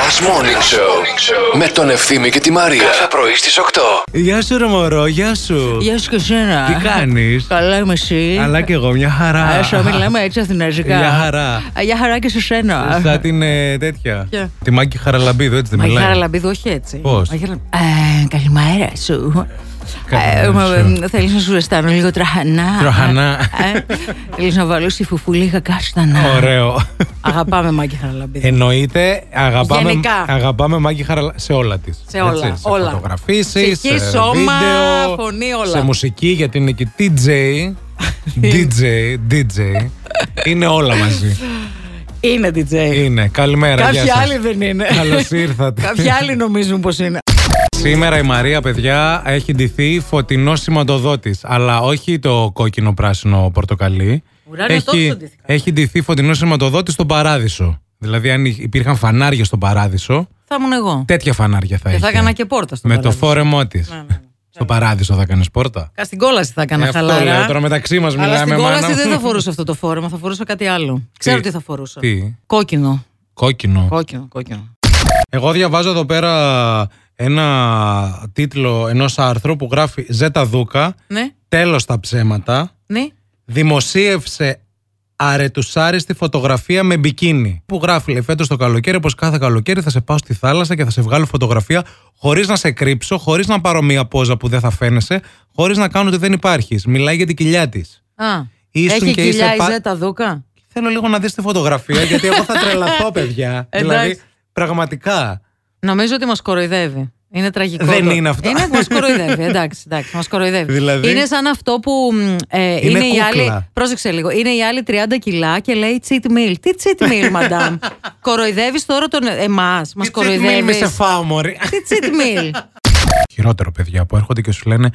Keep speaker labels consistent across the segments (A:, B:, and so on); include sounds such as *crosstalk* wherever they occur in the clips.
A: Last Morning Show με τον Ευθύμη και τη Μαρία. Κάθε πρωί στις 8.
B: Γεια σου, ρε μωρό, γεια σου.
C: Γεια σου και εσένα.
B: Τι κάνεις?
C: Καλά είμαι εσύ.
B: Αλλά και εγώ, μια χαρά.
C: Άσο, ε, μιλάμε έτσι αθηναζικά.
B: Γεια χαρά.
C: Α, Γεια χαρά και σε σένα.
B: Σαν την ε, τέτοια.
C: Ποια?
B: Τη Μάκη Χαραλαμπίδου, έτσι δεν
C: Μαγιά
B: μιλάει.
C: Χαραλαμπίδου, όχι έτσι.
B: Πώς?
C: Μαγιά Χαραλαμπίδου. Ε, Καλημέρα σου.
B: Καλημέρα σου.
C: Θέλεις να σου ζεστάνω λίγο τραχανά.
B: Τραχανά.
C: Θέλεις να βάλω στη φουφουλίγα κάστανα.
B: Ωραίο.
C: Αγαπάμε Μάκη
B: Ε,
C: Χαραλαμπίδου.
B: Εννοείται, αγαπάμε,
C: Γενικά.
B: αγαπάμε Μάκη Χαραλαμπίδου σε όλα της.
C: Σε όλα,
B: σε
C: όλα.
B: φωτογραφίσεις,
C: Ψυχή,
B: σε
C: σώμα,
B: βίντεο,
C: φωνή, όλα.
B: Σε μουσική, γιατί είναι και
C: *laughs*
B: DJ. DJ, DJ. είναι όλα
C: *laughs*
B: μαζί.
C: Είναι DJ.
B: Είναι. Καλημέρα,
C: Κάποιοι
B: ε, γεια σας.
C: άλλοι δεν είναι.
B: Καλώς ήρθατε.
C: Κάποιοι άλλοι νομίζουν πως είναι.
B: Σήμερα η Μαρία, παιδιά, έχει ντυθεί φωτεινό σηματοδότης. Αλλά όχι το κόκκινο-πράσινο πορτοκαλί.
C: Ουράνιο τόξο ντύθηκα.
B: έχει ντυθεί φωτεινό σηματοδότης στον παράδεισο. Δηλαδή, αν υπήρχαν φανάρια στον παράδεισο,
C: Θα ήμουν εγώ.
B: τέτοια φανάρια θα
C: Και
B: είχε.
C: θα έκανα και πόρτα στο
B: Με
C: παράδεισο.
B: το φόρεμό της.
C: Ναι, ναι, ναι.
B: Στο παράδεισο θα έκανες πόρτα.
C: Κα- Στην κόλαση θα έκανα
B: Ε, αυτό
C: χαλαρά.
B: λέω, τώρα μεταξύ μας
C: Αλλά στην
B: μιλάμε.
C: κόλαση
B: μάνα
C: δεν
B: *laughs* μου.
C: θα φορούσα αυτό το φόρεμα, θα φορούσα κάτι άλλο. Ξέρω τι θα φορούσα.
B: Τι,
C: Κόκκινο.
B: κόκκινο.
C: Κόκκινο, κόκκινο.
B: Εγώ διαβάζω εδώ πέρα ένα τίτλο ενός άρθρου που γράφει Ζέτα Δούκα.
C: Ναι,
B: Τέλος τα ψέματα.
C: ναι.
B: δημοσίευσε αρετουσάριστη φωτογραφία με μπικίνι. Που γράφει, λέει, φέτος το καλοκαίρι, πω κάθε καλοκαίρι θα σε πάω στη θάλασσα και θα σε βγάλω φωτογραφία χωρίς να σε κρύψω, χωρίς να πάρω μία πόζα που δεν θα φαίνεσαι, χωρίς να κάνω ότι δεν υπάρχεις. Μιλάει για την κοιλιά της.
C: Α,
B: Ήσουν
C: έχει
B: και
C: κοιλιά
B: είσαι
C: η
B: πα-
C: Ζέτα Δούκα.
B: Θέλω λίγο να δεις τη φωτογραφία, γιατί εγώ θα
C: *laughs*
B: τρελαθώ, παιδιά. δηλαδή,
C: Εντάξει.
B: πραγματικά.
C: Νομίζω ότι μας κοροϊδεύει. Είναι τραγικό.
B: Δεν
C: το-
B: είναι αυτό.
C: Είναι μας
B: *laughs*
C: κοροϊδεύει. Εντάξει, εντάξει, μας κοροϊδεύει.
B: Δηλαδή-
C: Είναι σαν αυτό που μ, ε, είναι,
B: Είναι
C: η
B: κούκλα.
C: άλλη. Πρόσεξε λίγο. Είναι η άλλη 30 κιλά και λέει cheat meal. Τι cheat
B: *laughs*
C: meal, μαντάμ. κοροϊδεύεις τώρα τον εμάς. Μας
B: Τι τσιτμίλ μη
C: κοροϊδεύει.
B: σε φάω, μωρή.
C: Τι cheat meal.
B: Χειρότερο, παιδιά, που έρχονται και σου λένε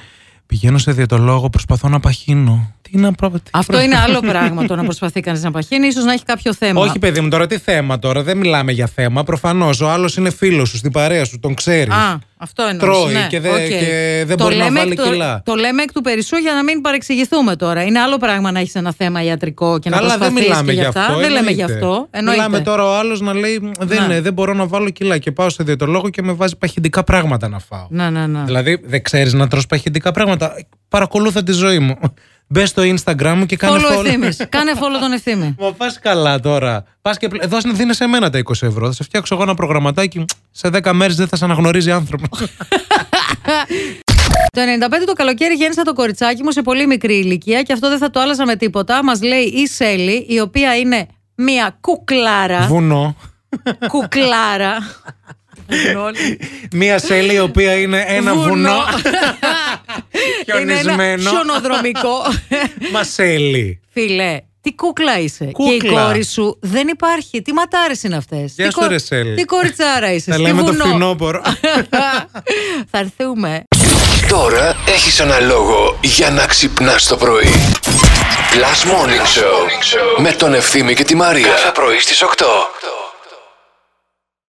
B: Πηγαίνω σε διαιτολόγο, προσπαθώ να παχύνω. Τι να προ... τι
C: Αυτό
B: προ-
C: είναι άλλο πράγμα το να προσπαθεί κανείς να παχύνει, ίσως να έχει κάποιο θέμα.
B: Όχι, παιδί μου, τώρα τι θέμα τώρα. Δεν μιλάμε για θέμα. Προφανώς ο άλλος είναι φίλος σου, στην παρέα σου, τον ξέρεις.
C: Α, αυτό ναι, εννοώ.
B: Τρώει και δεν- και δεν μπορεί να βάλει κιλά.
C: Το, λέμε εκ του περισσού για να μην παρεξηγηθούμε τώρα. Είναι άλλο πράγμα να έχεις ένα θέμα ιατρικό και να
B: Καλά, δεν
C: προσπαθείς
B: μιλάμε για
C: και για
B: αυτό.
C: αυτά. δεν λέμε
B: εννοείται.
C: για αυτό. Εννοείται. Ναι.
B: Μιλάμε τώρα ο άλλος να λέει δεν,
C: Να.
B: ε, δεν μπορώ να βάλω κιλά και πάω σε διαιτολόγο και με βάζει παχυντικά πράγματα να φάω.
C: Να, να, να.
B: Δηλαδή δεν ξέρεις να τρως παχυντικά πράγματα. Παρακολούθα τη ζωή μου. Μπες στο Instagram μου και κάνε
C: Follow
B: follow.
C: ευθύμης. Κάνε follow τον ευθύμη.
B: Μα πα καλά τώρα. Πας και πλε- δώσ' δίνε σε μένα τα 20 ευρώ. Θα σε φτιάξω εγώ ένα προγραμματάκι. Σε 10 μέρες δεν θα σε αναγνωρίζει άνθρωπο.
C: Το 95 το καλοκαίρι γέννησα το κοριτσάκι μου σε πολύ μικρή ηλικία και αυτό δεν θα το άλλαζα με τίποτα. Μας λέει η Σέλη, η οποία είναι μία κουκλάρα.
B: Βουνό. *laughs*
C: κουκλάρα. Βουνό.
B: Μία σέλη η οποία είναι ένα βουνό
C: *laughs* Είναι ένα
B: χιονισμένο.
C: χιονοδρομικό.
B: Μα σέλη.
C: Φίλε, τι κούκλα είσαι. Και η
B: Κούκλα.
C: κόρη σου δεν υπάρχει. Τι ματάρες είναι αυτές.
B: Γεια σου, ρε Σέλη.
C: Τι κοριτσάρα είσαι.
B: Θα
C: στη
B: λέμε το
C: βουνό.
B: φθινόπωρο.
C: Θα έρθουμε.
A: Τώρα έχεις ένα λόγο για να ξυπνάς το πρωί. Last Morning Show με τον Ευθύμη και τη Μαρία. Κάθε πρωί στις 8.